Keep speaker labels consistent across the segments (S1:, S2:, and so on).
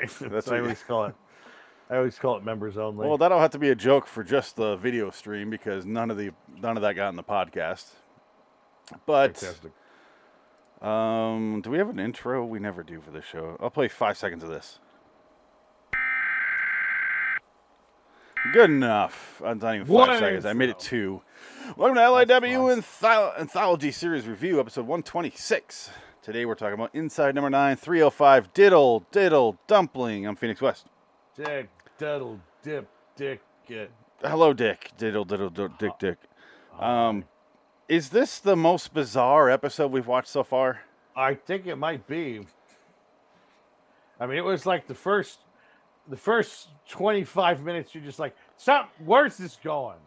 S1: That's
S2: I
S1: what-
S2: always call it. I always call it members only.
S1: Well, that'll have to be a joke for just the video stream because none of the none of that got in the podcast. But
S2: fantastic.
S1: um, do we have an intro? We never do for this show. I'll play five seconds of this. Good enough. Uh, It's not even five
S2: What
S1: seconds. I made it
S2: is-
S1: two. Welcome to LIW Antholo- Anthology Series Review, episode 126. Today we're talking about Inside Number 9, 305, Diddle, Diddle, Dumpling. I'm Phoenix West.
S2: Dick, diddle, dip, dick, get.
S1: Hello, Dick. Diddle, diddle, diddle dick, dick. Um, is this the most bizarre episode we've watched so far?
S2: I think it might be. I mean, it was like the first, the first twenty-five minutes. You're just like, stop. Where's this going?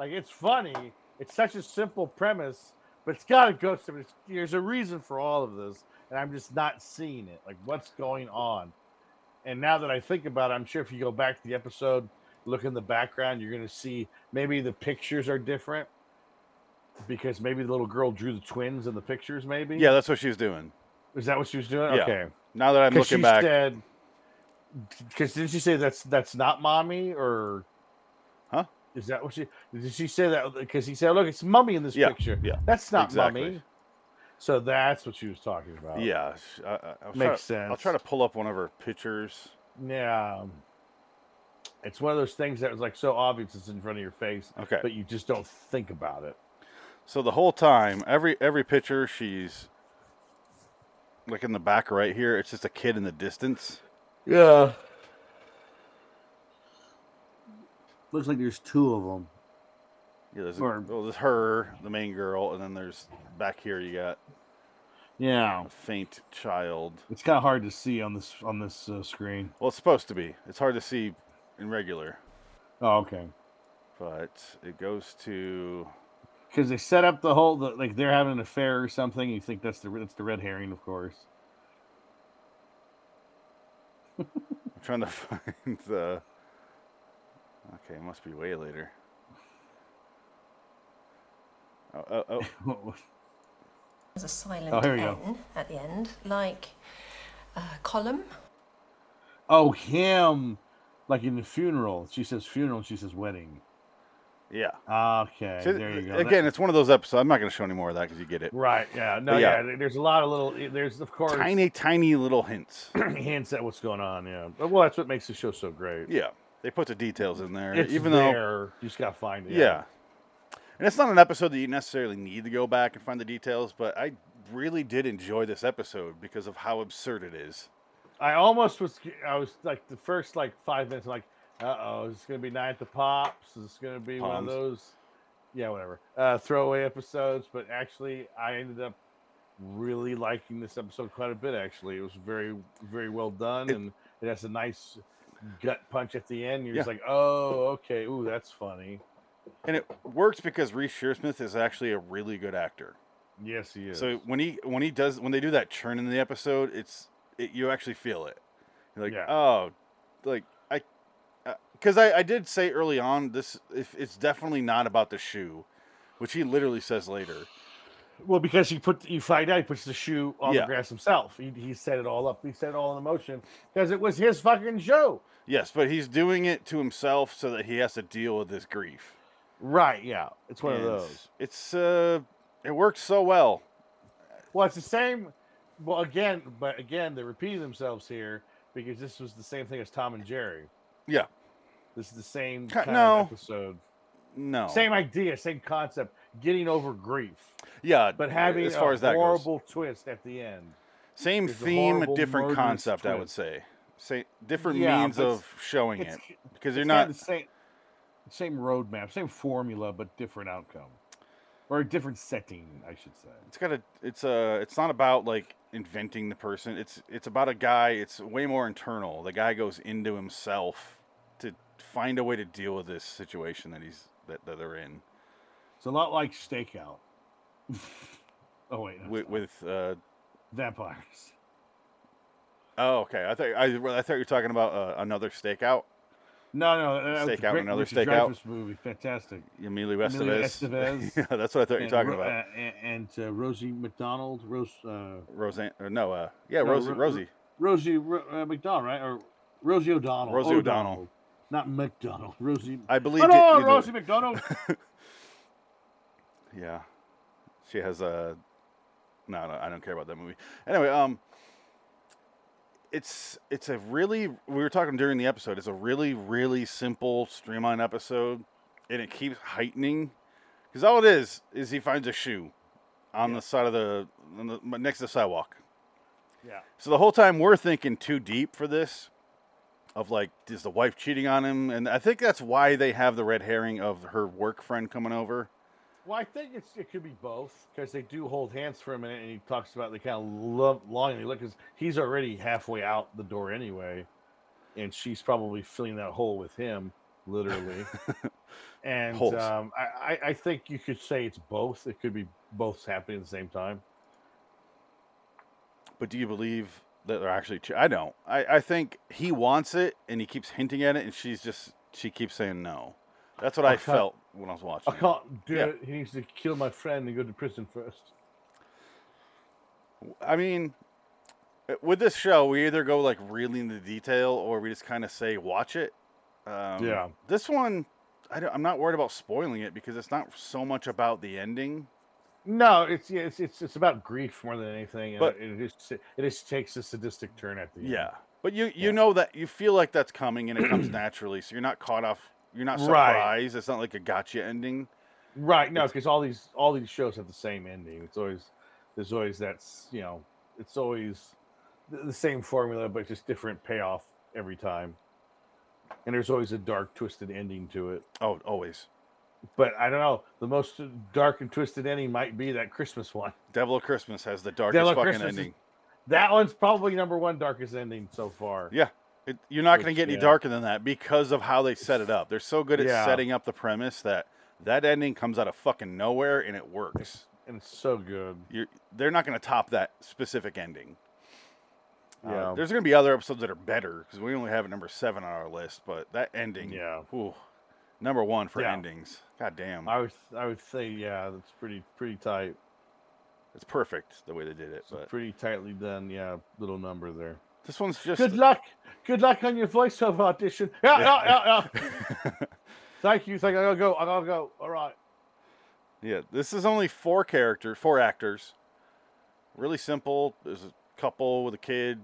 S2: Like, it's funny. It's such a simple premise, but it's got to go somewhere. It's- There's a reason for all of this, and I'm just not seeing it. Like, what's going on? And now that I think about it, I'm sure if you go back to the episode, look in the background, you're going to see maybe the pictures are different because maybe the little girl drew the twins in the pictures. Maybe
S1: Yeah, that's what she was doing.
S2: is that what she was doing?
S1: Yeah.
S2: Okay.
S1: Now that I'm
S2: Because she
S1: looking back,
S2: said, because didn't she say that's that's not mommy or?
S1: Huh?
S2: Is that what she did? She say that because he said, "Look, it's mummy in this
S1: Yeah,
S2: picture.
S1: yeah,
S2: that's not
S1: exactly.
S2: mummy." So that's what she was talking about.
S1: yeah, sh- I, I, I'll try
S2: Makes
S1: to- I'll
S2: sense.
S1: try to pull up one of her pictures.
S2: yeah. It's one of those things that was like so obvious it's in front of your face,
S1: Okay.
S2: but you just don't think about it.
S1: So the whole time, every every picture, she's like in the back right here. It's just a kid in the distance.
S2: Yeah.
S3: Looks like there's two of them.
S1: Yeah, there's,
S3: Or-
S1: well, there's her, the main girl, and then there's back here. You got
S2: Yeah.
S1: a faint child.
S2: It's kind of hard to see on this on this uh, screen.
S1: Well, it's supposed to be. It's hard to see in regular.
S2: Oh, okay.
S1: but it goes to
S2: because they set up the whole the, like they're having an affair or something. You think that's the that's the red herring, of course.
S1: I'm trying to find the okay it must be way later oh, oh, oh.
S4: There's a silent
S2: Oh, here we go.
S4: N at the end, like uh, column.
S2: oh, him, like in the funeral. She says funeral. She says wedding.
S1: yeah
S2: Okay,
S1: See,
S2: there you go.
S1: again
S2: That-
S1: it's one of those episodes i'm not going to show any more of that because you get it
S2: right? Yeah, no,
S1: But yeah.
S2: yeah. there- There's a lot of little. eh, There's of course
S1: tiny tiny little hints
S2: hints at what's going on. Yeah, but well, that's what makes the show so great.
S1: yeah they put the details in there
S2: It's
S1: even though
S2: there, you just gotta find it.
S1: yeah. and it's not an episode that you necessarily need to go back and find the details but i really did enjoy this episode because of how absurd it is
S2: I almost was. I was like the first like five minutes, like, uh oh, is this gonna be Night at the Pops? Is this gonna be one of
S1: Palms.
S2: those? Yeah, whatever. Uh, throwaway episodes, but actually, I ended up really liking this episode quite a bit. Actually, it was very, very well done,
S1: It-
S2: and it has a nice gut punch at the end. You're just
S1: Yeah.
S2: like, oh, okay, ooh, that's funny.
S1: and it works because reese shearsmith is actually a really good actor
S2: Yes, he is.
S1: So when he when he does when they do that churn in the episode, it's it, you actually feel it. You're like
S2: Yeah.
S1: oh, like I, because I I did say early on this if it's definitely not about the shoe, which he literally says later.
S2: Well, because he put you find out he puts the shoe on
S1: Yeah.
S2: the grass himself. He, he set it all up. He set it all in motion because it was his fucking show.
S1: Yes, but he's doing it to himself so that he has to deal with this grief.
S2: Right, yeah. It's one
S1: And
S2: of those.
S1: It's uh, it works so well.
S2: Well, it's the same. Well, again, but again, they're repeating themselves here because this was the same thing as Tom and Jerry.
S1: Yeah.
S2: This is the same
S1: Ca-
S2: kind
S1: no.
S2: of episode.
S1: No.
S2: Same idea, same concept, getting over grief,
S1: Yeah.
S2: but having
S1: as far
S2: a
S1: as that goes.
S2: horrible twist at the end.
S1: Same
S2: There's a
S1: theme,
S2: horrible
S1: different
S2: murderous
S1: concept, I would
S2: twist.
S1: say. Say different
S2: Yeah,
S1: means
S2: but it's-
S1: of showing
S2: it's-
S1: it because you're
S2: It's kinda
S1: not.
S2: the same same roadmap, same formula, but different outcome. Or a different setting, I should say.
S1: It's got a. It's a. It's not about like inventing the person. It's it's about a guy. It's way more internal. The guy goes into himself to find a way to deal with this situation that he's that, that they're in
S2: It's a lot like stakeout. oh wait, that's
S1: with.
S2: not-
S1: with uh,
S2: vampires.
S1: oh, okay. I thought I, I thought you were talking about uh, another stakeout.
S2: No, no, that was
S1: Stakeout,
S2: a great
S1: another
S2: Richard
S1: stakeout?
S2: Dreyfuss movie, fantastic.
S1: Emilio
S2: Emilio
S1: Estevez.
S2: Estevez.
S1: yeah, that's what I thought you were
S2: And
S1: talking
S2: Ro-
S1: about.
S2: uh, and, and uh, Rosie McDonald, Rose, uh,
S1: Roseanne. Or no. Uh, yeah,
S2: no,
S1: Rosie.
S2: Ro-
S1: Rosie.
S2: Rosie Ro- uh, McDonald, right? Or Rosie O'Donnell.
S1: Rosie O'Donnell.
S2: Not McDonald. Rosie.
S1: I believe.
S2: Oh,
S1: it
S2: no,
S1: either-
S2: Rosie McDonald.
S1: Yeah, she has a. No, no, I don't care about that movie. Anyway, um, it's it's a really we were talking during the episode. It's a really really simple streamlined episode, and it keeps heightening because all it is is he finds a shoe on the side of the, on the next to the sidewalk.
S2: yeah.
S1: So the whole time we're thinking too deep for this, of like, is the wife cheating on him? And I think that's why they have the red herring of her work friend coming over.
S2: Well, I think it's it could be both because they do hold hands for a minute, and he talks about the kind of love longingly look because he's already halfway out the door anyway, and she's probably filling that hole with him, literally. and
S1: Holes.
S2: um, I, I- I think you could say it's both. It could be both happening at the same time.
S1: But do you believe that they're actually? Che- I don't. I, I think he wants it, and he keeps hinting at it, and she's just she keeps saying no. That's what I
S2: Okay.
S1: felt when I was watching.
S2: I
S1: it.
S2: can't do
S1: Yeah.
S2: it. He needs to kill my friend and go to prison first.
S1: I mean, with this show, we either go like really into detail or we just kind of say watch it. Um,
S2: Yeah.
S1: This one, I don't, I'm not worried about spoiling it because it's not so much about the ending.
S2: No, it's yeah, it's it's, it's about grief more than anything, and
S1: But-
S2: it, it just it just takes a sadistic turn at the end.
S1: Yeah. But you you
S2: Yeah.
S1: know that you feel like that's coming and it comes naturally, so you're not caught off. You're not
S2: Right.
S1: surprised. It's not like a gotcha ending.
S2: Right. No, because all these all these shows have the same ending. It's always there's always that's you know it's always the, the same formula, but just different payoff every time. And there's always a dark, twisted ending to it.
S1: Oh, always.
S2: But I don't know. The most dark and twisted ending might be that Christmas one.
S1: Devil of Christmas has the darkest
S2: Devil of
S1: fucking
S2: Christmas is-
S1: ending.
S2: That one's probably number one darkest ending so far.
S1: Yeah. It, you're not going to
S2: Which,
S1: get any
S2: yeah.
S1: darker than that because of how they set it up. They're so good at
S2: Yeah.
S1: setting up the premise that that ending comes out of fucking nowhere and it works.
S2: And it's so good.
S1: You're, they're not going to top that specific ending. Uh,
S2: Yeah.
S1: there's going to be other episodes that are better because we only have it number seven on our list, but that ending,
S2: Yeah.
S1: ooh, number one for
S2: Yeah.
S1: endings. God damn.
S2: I would I would say yeah, that's pretty pretty tight.
S1: It's perfect the way they did it.
S2: It's a
S1: But
S2: pretty tightly done, yeah, little number there.
S1: this one's just.
S2: Good luck. Good luck on your voiceover audition. Yeah, yeah, yeah, yeah. Thank you. Thank you. I gotta go. I gotta go. All right.
S1: Yeah, this is only four characters, four actors. Really simple. There's a couple with a kid,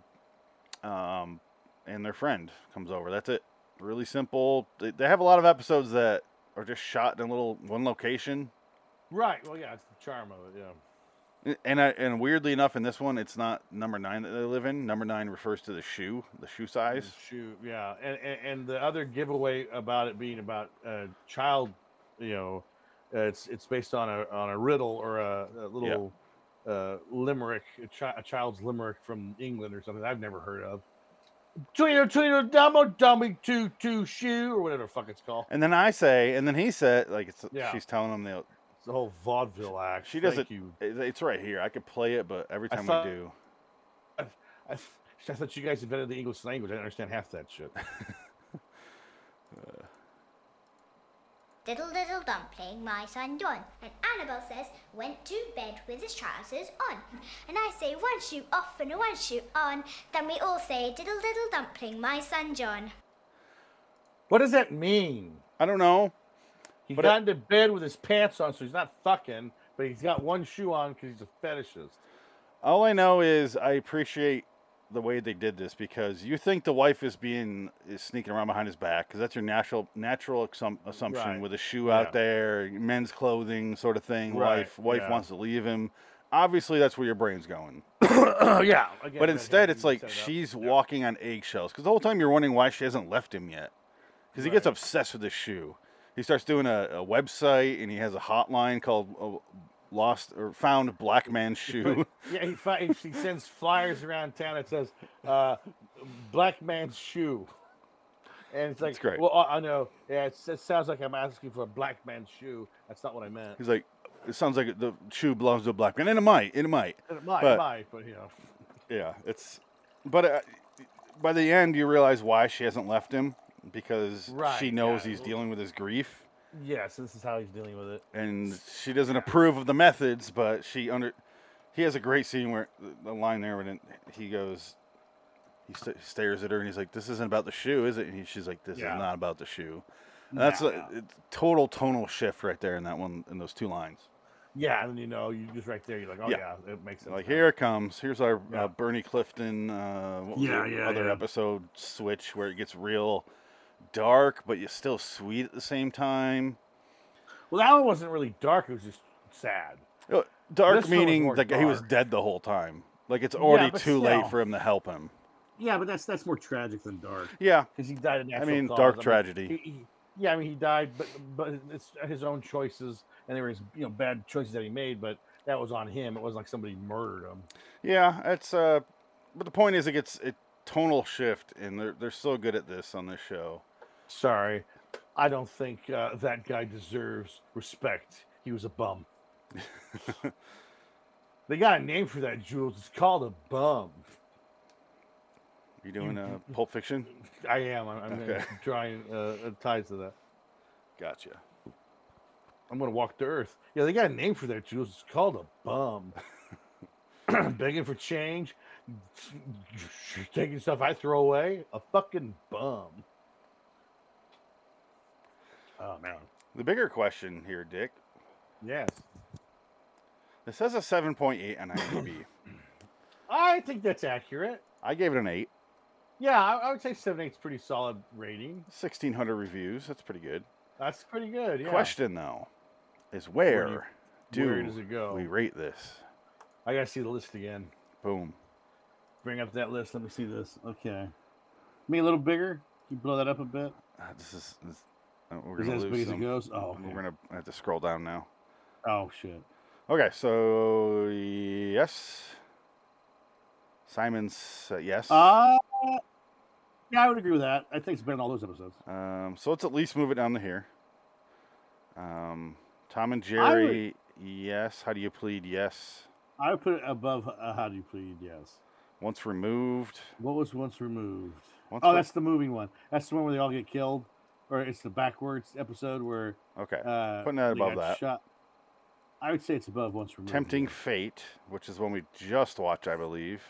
S1: um, and their friend comes over. That's it. Really simple. They, they have a lot of episodes that are just shot in a little one location,
S2: Right. Well, yeah, it's the charm of it. Yeah.
S1: A- and I, and weirdly enough, in this one, it's not number nine that they live in. Number nine refers to the shoe, the shoe
S2: And
S1: size.
S2: Shoot. Yeah. And, and and the other giveaway about it being about uh, child, you know, uh, it's it's based on a on a riddle or a, a little uh, limerick, a, chi- a child's limerick from England or something I've never heard of. Tweedle, tweedle, dumbo, dummy, two, two, shoe, or whatever the fuck it's called.
S1: And then I say, and then he said, like it's,
S2: Yeah.
S1: she's telling him the.
S2: It's the whole vaudeville act.
S1: She does
S2: Thank
S1: it-
S2: You.
S1: it- It's right here. I could play it, but every
S2: I
S1: time
S2: thought-
S1: we do,
S2: I, th- I thought you guys invented the English language. I don't understand half that shit.
S5: Diddle diddle dumpling, my son John. And Annabel says, went to bed with his trousers on. And I say, one shoe off and one shoe on. Then we all say, diddle diddle dumpling, my son John.
S2: What does that mean?
S1: I don't know.
S2: He
S1: But
S2: got into bed with his pants on, so he's not fucking, but he's got one shoe on because he's a fetishist.
S1: All I know is I appreciate the way they did this because you think the wife is being is sneaking around behind his back because that's your natural natural assum- assumption
S2: Right.
S1: with a shoe
S2: Yeah.
S1: out there, men's clothing sort of thing.
S2: Right,
S1: Wife wife
S2: yeah.
S1: wants to leave him. Obviously, that's where your brain's going.
S2: Oh, yeah. again,
S1: but
S2: red
S1: instead,
S2: herring,
S1: it's
S2: you
S1: like
S2: set it up.
S1: she's walking on eggshells because the whole time you're wondering why she hasn't left him yet because he gets
S2: Right.
S1: obsessed with this shoe. He starts doing a, a website and he has a hotline called uh, "Lost or Found Black Man Shoe."
S2: Yeah, he, fi- he sends flyers around town that says, uh, black man's shoe. And it's like,
S1: great.
S2: well, I, I know. Yeah, it's, it sounds like I'm asking for a black man's shoe. That's not what I meant.
S1: He's like, it sounds like the shoe belongs to a black man, and it might, and it might.
S2: It might,
S1: but-
S2: might, but you know.
S1: Yeah, it's. But uh, by the end, you realize why she hasn't left him because she
S2: Right,
S1: knows
S2: yeah.
S1: he's dealing with his grief,
S2: Yeah, so this is how he's dealing with it.
S1: and she doesn't approve of the methods. But she under. He has a great scene where the line there when it- he goes, He st- stares at her and he's like, "This isn't about the shoe, is it?" And he, she's like, "This
S2: Yeah.
S1: is not about the shoe." And that's a it's total tonal shift right there in that one in those two lines.
S2: Yeah, and you know, you just right there, you're like, oh yeah,
S1: Yeah.
S2: it makes sense.
S1: Like
S2: now.
S1: here it comes. Here's our
S2: Yeah.
S1: uh, Bernie Clifton. Uh, what was
S3: Yeah,
S1: it?
S3: yeah,
S1: Other
S3: yeah.
S1: episode switch where it gets real dark, but you're still sweet at the same time.
S2: Well, that one wasn't really dark. It was just sad.
S1: Uh, Dark
S2: This one was
S1: meaning
S2: more
S1: like he was
S2: dark.
S1: dead the whole time. Like it's already
S2: but still.
S1: too late for him to help him.
S3: Yeah, but that's that's more tragic than dark.
S1: Yeah,
S2: because he died. Of natural
S1: mean,
S2: cause.
S1: dark tragedy.
S2: he- he- yeah, I mean, he died, but but it's his own choices, and there was you know bad choices that he made, but that was on him. It wasn't like somebody murdered him.
S1: yeah. It's uh, but the point is, it gets a tonal shift, and they're they're so good at this on this show.
S2: Sorry, I don't think uh, that guy deserves respect. He was a bum. they got a name for that, Jules. It's called a bum.
S1: You doing uh,
S2: Mm-hmm.
S1: Pulp Fiction?
S2: I am. I'm, I'm
S1: Okay.
S2: drawing uh, uh, ties to that.
S1: Gotcha.
S2: I'm gonna walk to Earth. Yeah, they got a name for that, Jules. It's called a bum. Begging for change, taking stuff I throw away. A fucking bum. Oh man.
S1: The bigger question here, Dick.
S2: Yes.
S1: This has a seven point eight on IMDb.
S2: I think that's accurate.
S1: I gave it an eight.
S2: Yeah, I, I would say seven eight's pretty solid rating.
S1: Sixteen hundred reviews. That's pretty good.
S2: That's pretty good. Yeah.
S1: Question though, is where,
S2: do you-
S1: do
S2: where does it go?
S1: we rate this?
S2: I gotta see the list again.
S1: Boom.
S2: Bring up that list. Let me
S3: Let's see this. Okay. Me a little bigger. Can you blow that up a bit?
S1: Ah, This is. This, uh, we're
S3: Is
S1: gonna
S3: that as
S1: lose
S3: big as it
S1: some.
S3: goes? Oh, okay.
S1: We're gonna have to scroll down now.
S3: Oh shit.
S1: Okay, so yes, Simon said yes.
S2: Ah.
S3: Uh yeah, I would agree with that. I think it's better than all those episodes.
S1: um, so let's at least move it down to here. Um, Tom and Jerry, yes. How do you plead? Yes.
S3: I would put it above uh, How Do You Plead? Yes.
S1: Once removed.
S3: What was once removed?
S1: Once
S3: oh,
S1: re-
S3: that's the moving one. That's the one where they all get killed, or it's the backwards episode where
S1: Okay.
S3: uh,
S1: Putting that
S3: they
S1: above
S3: got
S1: that.
S3: Shot. I would say it's above once removed.
S1: Tempting
S3: yeah.
S1: Fate, which is one we just watched, I believe.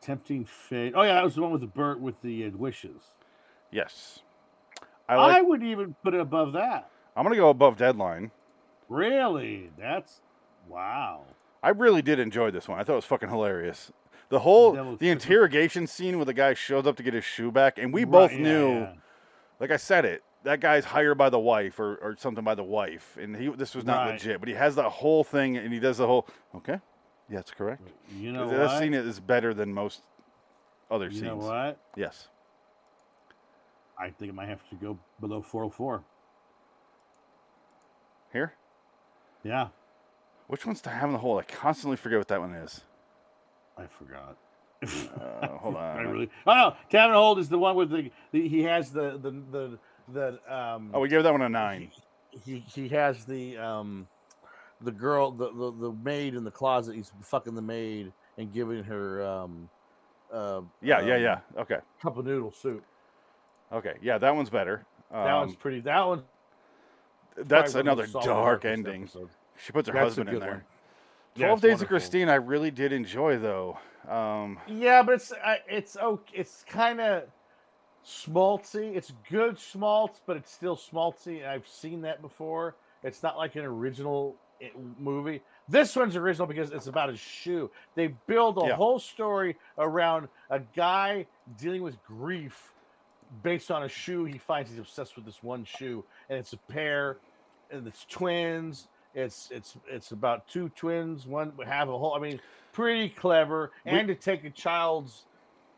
S3: tempting fate. Oh yeah, that was the one with the bird with the uh, wishes.
S1: Yes.
S3: I,
S1: I like.
S3: would even put it above that.
S1: I'm gonna go above deadline.
S3: Really? That's wow.
S1: I really did enjoy this one. I thought it was fucking hilarious. The whole
S3: That was-
S1: the interrogation scene where the guy shows up to get his shoe back, and we
S3: Right,
S1: both
S3: yeah,
S1: knew,
S3: yeah.
S1: like I said it, that guy's hired by the wife or, or something by the wife, and he this was not
S3: Right.
S1: legit. But he has that whole thing, and he does the whole okay, yeah, that's correct.
S3: You know
S1: that
S3: what?
S1: scene is better than most other
S3: you
S1: scenes.
S3: know what?
S1: Yes,
S3: I think it might have to go below 404.
S1: here.
S3: Yeah,
S1: Which one's to have in the hole? I constantly forget what that one is.
S3: I forgot.
S1: Uh, hold on.
S3: I really. Oh no, Tavern Hold is the one with the, the he has the the
S2: the um
S1: Oh, we gave that one a nine.
S2: he he has the um the girl the, the the maid in the closet he's fucking the maid and giving her um uh
S1: Yeah, yeah,
S2: um,
S1: yeah. Okay,
S2: cup of noodle soup
S1: okay. Yeah, that one's better. Um,
S2: that one's pretty that one's probably
S1: that's
S2: one
S1: another
S2: of the solid
S1: dark
S2: darkest
S1: ending.
S2: episodes.
S1: She puts her
S2: That's a
S1: husband in
S2: good
S1: there.
S2: one. Yeah,
S1: Twelve
S2: it's
S1: Days of
S2: wonderful.
S1: Christine, I really did enjoy though. Um,
S2: yeah but it's I it's oh it's kind of schmaltzy it's good schmaltz but it's still schmaltzy and i've seen that before it's not like an original i- movie this one's original because it's about a shoe they build a
S1: Yeah.
S2: whole story around a guy dealing with grief based on a shoe he finds he's obsessed with this one shoe and it's a pair and it's twins it's it's it's about two twins one would have a whole i mean pretty clever and to take a child's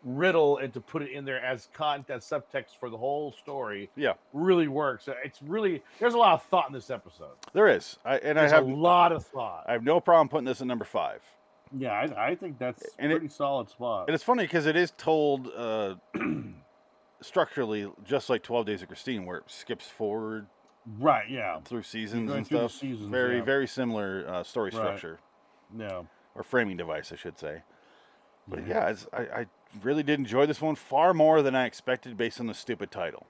S2: riddle and to put it in there as content subtext for the whole story
S1: yeah,
S2: really works Uh, it's really there's a lot of thought in this episode
S1: there is. I, and I
S2: there's
S1: have
S2: a lot of thought
S1: I have no problem putting this at number five.
S3: the. Yeah, I, I think that's
S1: And it-
S3: pretty solid spot.
S1: And it's funny because it is told uh, structurally just like Twelve Days of Christine, where it skips forward
S3: right? Yeah.
S1: through seasons
S3: going
S1: and
S3: through the
S1: stuff.
S3: seasons,
S1: very
S3: yeah.
S1: very similar uh, story
S3: Right.
S1: structure
S3: No.
S1: or framing device, I should say. But yeah, it's, I, I really did enjoy this one far more than I expected based on the stupid title.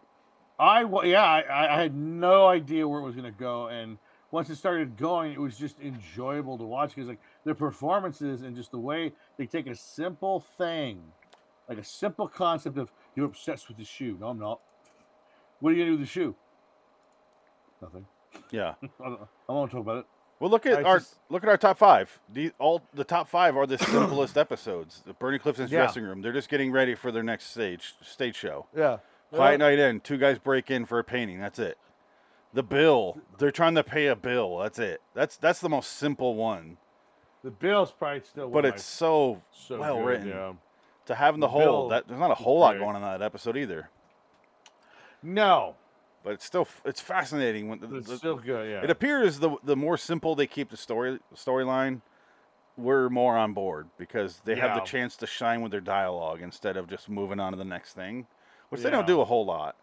S3: I wa- yeah, I, I I had no idea where it was gonna go, and once it started going, it was just enjoyable to watch because like the performances and just the way they take a simple thing, like a simple concept of you're obsessed with the shoe. No, I'm not. What are you gonna do with the shoe? Nothing.
S1: Yeah.
S3: I don't- I won't talk about it.
S1: Well, look at
S2: I
S1: our
S2: just-
S1: look at our top five. The all the top five are the simplest episodes. The Bernie Clifton's
S2: Yeah.
S1: dressing room. They're just getting ready for their next stage stage show.
S2: Yeah.
S1: Quiet night in. Two guys break in for a painting. That's it. The bill. They're trying to pay a bill. That's it. That's that's the most simple one.
S2: The bill's probably still. one
S1: But
S2: of my-
S1: it's so,
S2: so
S1: well
S2: good,
S1: written.
S2: yeah.
S1: To have in the,
S2: The
S1: whole
S2: bill
S1: that there's not a whole lot
S2: great.
S1: going on in that episode either.
S2: No,
S1: But it's still f- it's fascinating when the,
S2: but it's
S1: the-
S2: still good. Yeah.
S1: It appears the the more simple they keep the story storyline, we're more on board because they have the
S2: Yeah.
S1: chance to shine with their dialogue instead of just moving on to the next thing, which they don't
S2: Yeah.
S1: do a whole lot.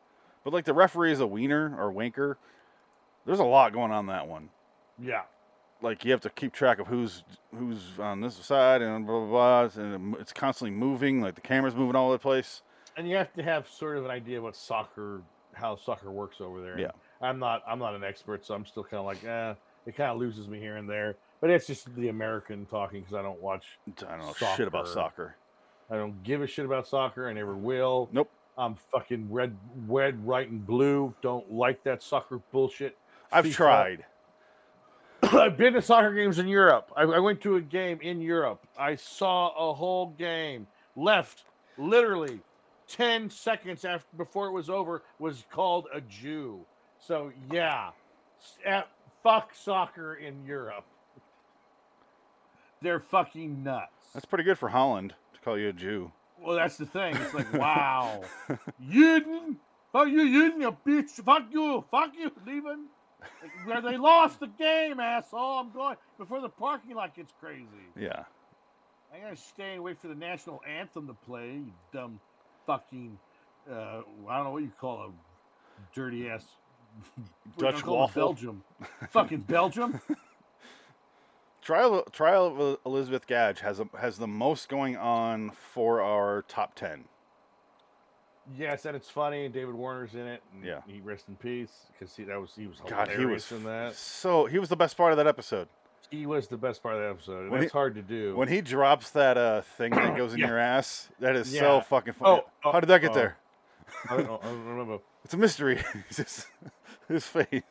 S1: But like the referee is a wiener or winker. There's a lot going on in that one.
S2: yeah.
S1: Like you have to keep track of who's who's on this side and blah blah blah, and it's constantly moving. Like the camera's moving all over the place.
S2: and you have to have sort of an idea what soccer how soccer works over there.
S1: Yeah.
S2: I'm not I'm not an expert, so I'm still kind of like, eh, it kind of loses me here and there. But it's just the American talking because I don't watch,
S1: I don't know shit about
S2: Soccer.
S1: soccer.
S2: I don't give a shit about soccer. I never will.
S1: Nope.
S2: I'm fucking red, red, white, and blue. Don't like that soccer bullshit.
S1: I've
S2: FIFA.
S1: tried.
S2: I've been to soccer games in Europe. I, I went to a game in Europe. I saw a whole game. Left literally ten seconds after before it was over was called a Jew. So yeah, s- eh, fuck soccer in Europe.
S3: They're fucking nuts.
S1: That's pretty good for Holland to call you a Jew.
S3: Well, that's the thing. It's like, wow, Yidden, fuck you, Yidden, you bitch, fuck you, fuck you, leaving. Like, where they lost the game, asshole. I'm going before the parking lot gets crazy.
S1: Yeah.
S3: I'm gonna stay and wait for the national anthem to play. You dumb fucking, uh, I don't know what you call a dirty ass
S1: Dutch waffle.
S3: Belgium, fucking Belgium.
S1: Trial Trial of El- Elizabeth Gadge has a, has the most going on for our top ten.
S2: Yes, and it's funny. And David Warner's in it. And
S1: Yeah.
S2: he rest in peace because he that was he was
S1: God,
S2: hilarious
S1: he was
S2: in that.
S1: so he was the best part of that episode
S2: He was the best part of the episode. and
S1: When he-
S2: That's hard to do.
S1: when he drops that uh thing that goes in
S2: Yeah.
S1: your ass. That is
S2: Yeah.
S1: so fucking funny.
S2: Oh, oh,
S1: How did that get
S2: oh.
S1: there?
S2: I, don't, know- I don't remember.
S1: It's a mystery. It's just his face.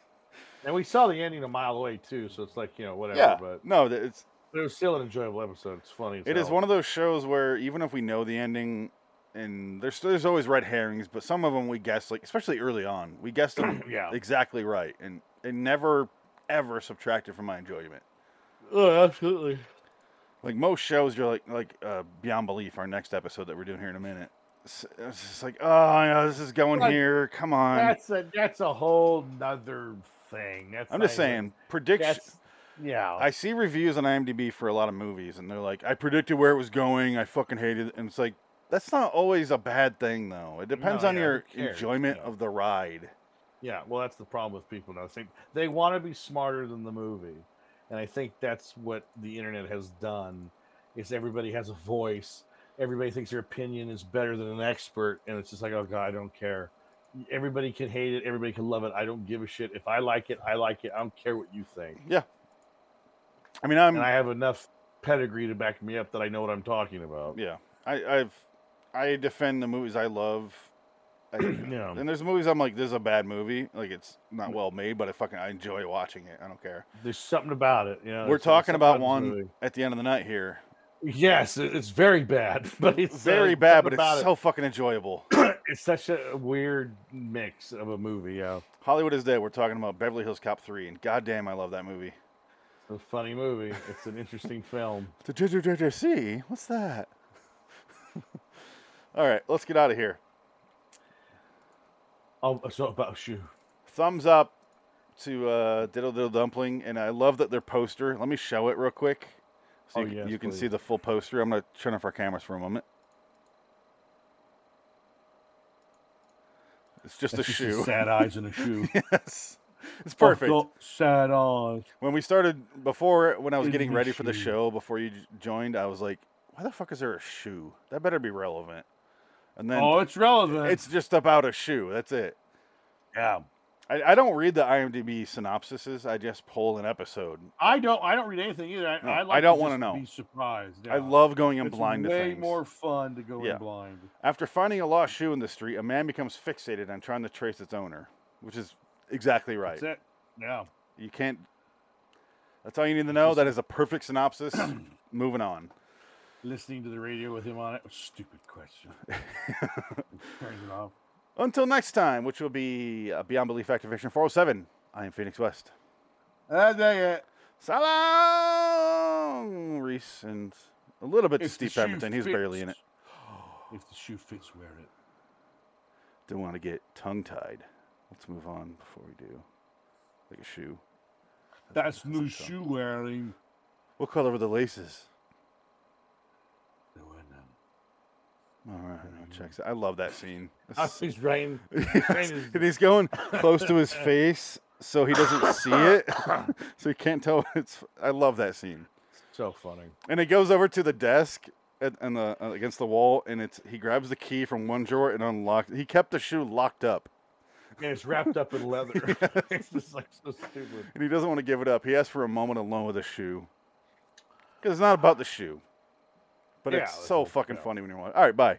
S2: And we saw the ending a mile away too, so it's like you know whatever.
S1: Yeah.
S2: But
S1: No, th- it's
S2: But it was still an enjoyable episode. It's funny.
S1: It is one of those shows where even if we know the ending, and there's there's always red herrings, but some of them we guess like especially early on, we guessed them
S2: Yeah.
S1: exactly right, and it never ever subtracted from my enjoyment.
S2: oh, absolutely.
S1: Like most shows, you're like like uh, Beyond Belief, our next episode that we're doing here in a minute. It's, it's just like oh yeah, this is going
S2: Like,
S1: here. Come on.
S2: That's a that's a whole nother thing. That's
S1: I'm just
S2: not
S1: saying
S2: even-
S1: prediction.
S2: That's yeah.
S1: I see reviews on IMDb for a lot of movies, and they're like, "I predicted where it was going. I fucking hated it." And it's like, that's not always a bad thing, though. It depends
S2: No,
S1: on
S2: yeah, who
S1: your
S2: cares,
S1: enjoyment
S2: yeah.
S1: of the ride.
S2: yeah. Well, that's the problem with people now. I think they want to be smarter than the movie, and I think that's what the internet has done. Is everybody has a voice. Everybody thinks their opinion is better than an expert, and it's just like, oh god, I don't care. Everybody can hate it. Everybody can love it. I don't give a shit. If I like it, I like it. I don't care what you think.
S1: Yeah. I mean, I'm.
S2: and I have enough pedigree to back me up that I know what I'm talking about.
S1: yeah. I, I've. I defend the movies I love. I,
S2: Yeah.
S1: And there's movies I'm like, this is a bad movie. Like it's not well made, but I fucking I enjoy watching it. I don't care.
S2: There's something about it. You know,
S1: We're
S2: it's- there's
S1: talking about
S2: something
S1: one
S2: this movie.
S1: at the end of the night here.
S2: Yes, it- it's very bad, but it's uh,
S1: Very
S2: there's
S1: bad,
S2: something
S1: but
S2: about
S1: it's so fucking enjoyable.
S2: it. it's such a weird mix of a movie. Yeah,
S1: Hollywood is dead. We're talking about Beverly Hills Cop three, and goddamn, I love that movie.
S2: it's a funny movie. It's an interesting film.
S1: The JJJJC? What's that? All right, let's get out of here.
S2: Oh, so about a shoe.
S1: Thumbs up to uh, Diddle Diddle Dumpling, and I love that their poster. Let me show it real quick, so
S2: Oh,
S1: you, c-
S2: yes,
S1: you can see
S2: please.
S1: the full poster. I'm gonna turn off our cameras for a moment. It's just a
S3: That's just
S1: shoe.
S3: sad eyes and a shoe.
S1: yes, it's perfect.
S2: Oh,
S3: I've got Sad eyes.
S1: when we started before when I was
S3: Is
S1: getting
S3: the
S1: ready for the
S3: shoe.
S1: show before you j- joined, I was like, "Why the fuck is there a shoe? That better be relevant." And then
S3: Oh, it's relevant.
S1: it's just about a shoe. That's it.
S3: yeah.
S1: I, I don't read the IMDb synopsises. I just pull an episode.
S3: I don't. I don't read anything either. I,
S1: No,
S3: I,
S1: I
S3: like
S1: don't
S3: want
S1: wanna
S3: to
S1: know.
S3: Be surprised.
S1: I
S3: yeah.
S1: love going in
S3: It's
S1: blind
S3: Way
S1: to things.
S3: more fun to go
S1: Yeah.
S3: in blind.
S1: After finding a lost shoe in the street, a man becomes fixated on trying to trace its owner, which is exactly right.
S3: That's it. Yeah.
S1: You can't. That's all you need to know. That is a perfect synopsis. Moving on.
S3: Listening to the radio with him on it. Stupid question. Turns it off.
S1: Until next time, which will be uh, Beyond Belief Activation 407. I am Phoenix West.
S3: That's it.
S1: Salam, Reese, and a little bit to
S3: If the
S1: Steve
S3: shoe
S1: Pemberton. He's barely in it.
S3: fits- If the shoe fits, wear it.
S1: Didn't want to get tongue tied. Let's move on before we do. Like a shoe.
S3: That's new shoe wearing.
S1: What color were the laces?
S3: There were none.
S1: All right,
S3: Mm.
S1: I'll check. I love that scene.
S2: That's
S1: That's-
S2: his brain. is-
S1: and he's going close to his face so he doesn't see it, so he can't tell. It's. I love that scene.
S2: So funny.
S1: And he goes over to the desk at, and the uh, against the wall, and it's he grabs the key from one drawer and unlocks. He kept the shoe locked up,
S2: And it's wrapped up in leather. it's just like so stupid.
S1: and he doesn't want to give it up. He asks for a moment alone with the shoe, because it's not about the shoe, but
S2: Yeah,
S1: it's
S2: it's
S1: so
S2: like,
S1: fucking
S2: yeah.
S1: funny when you're watching. All right, bye.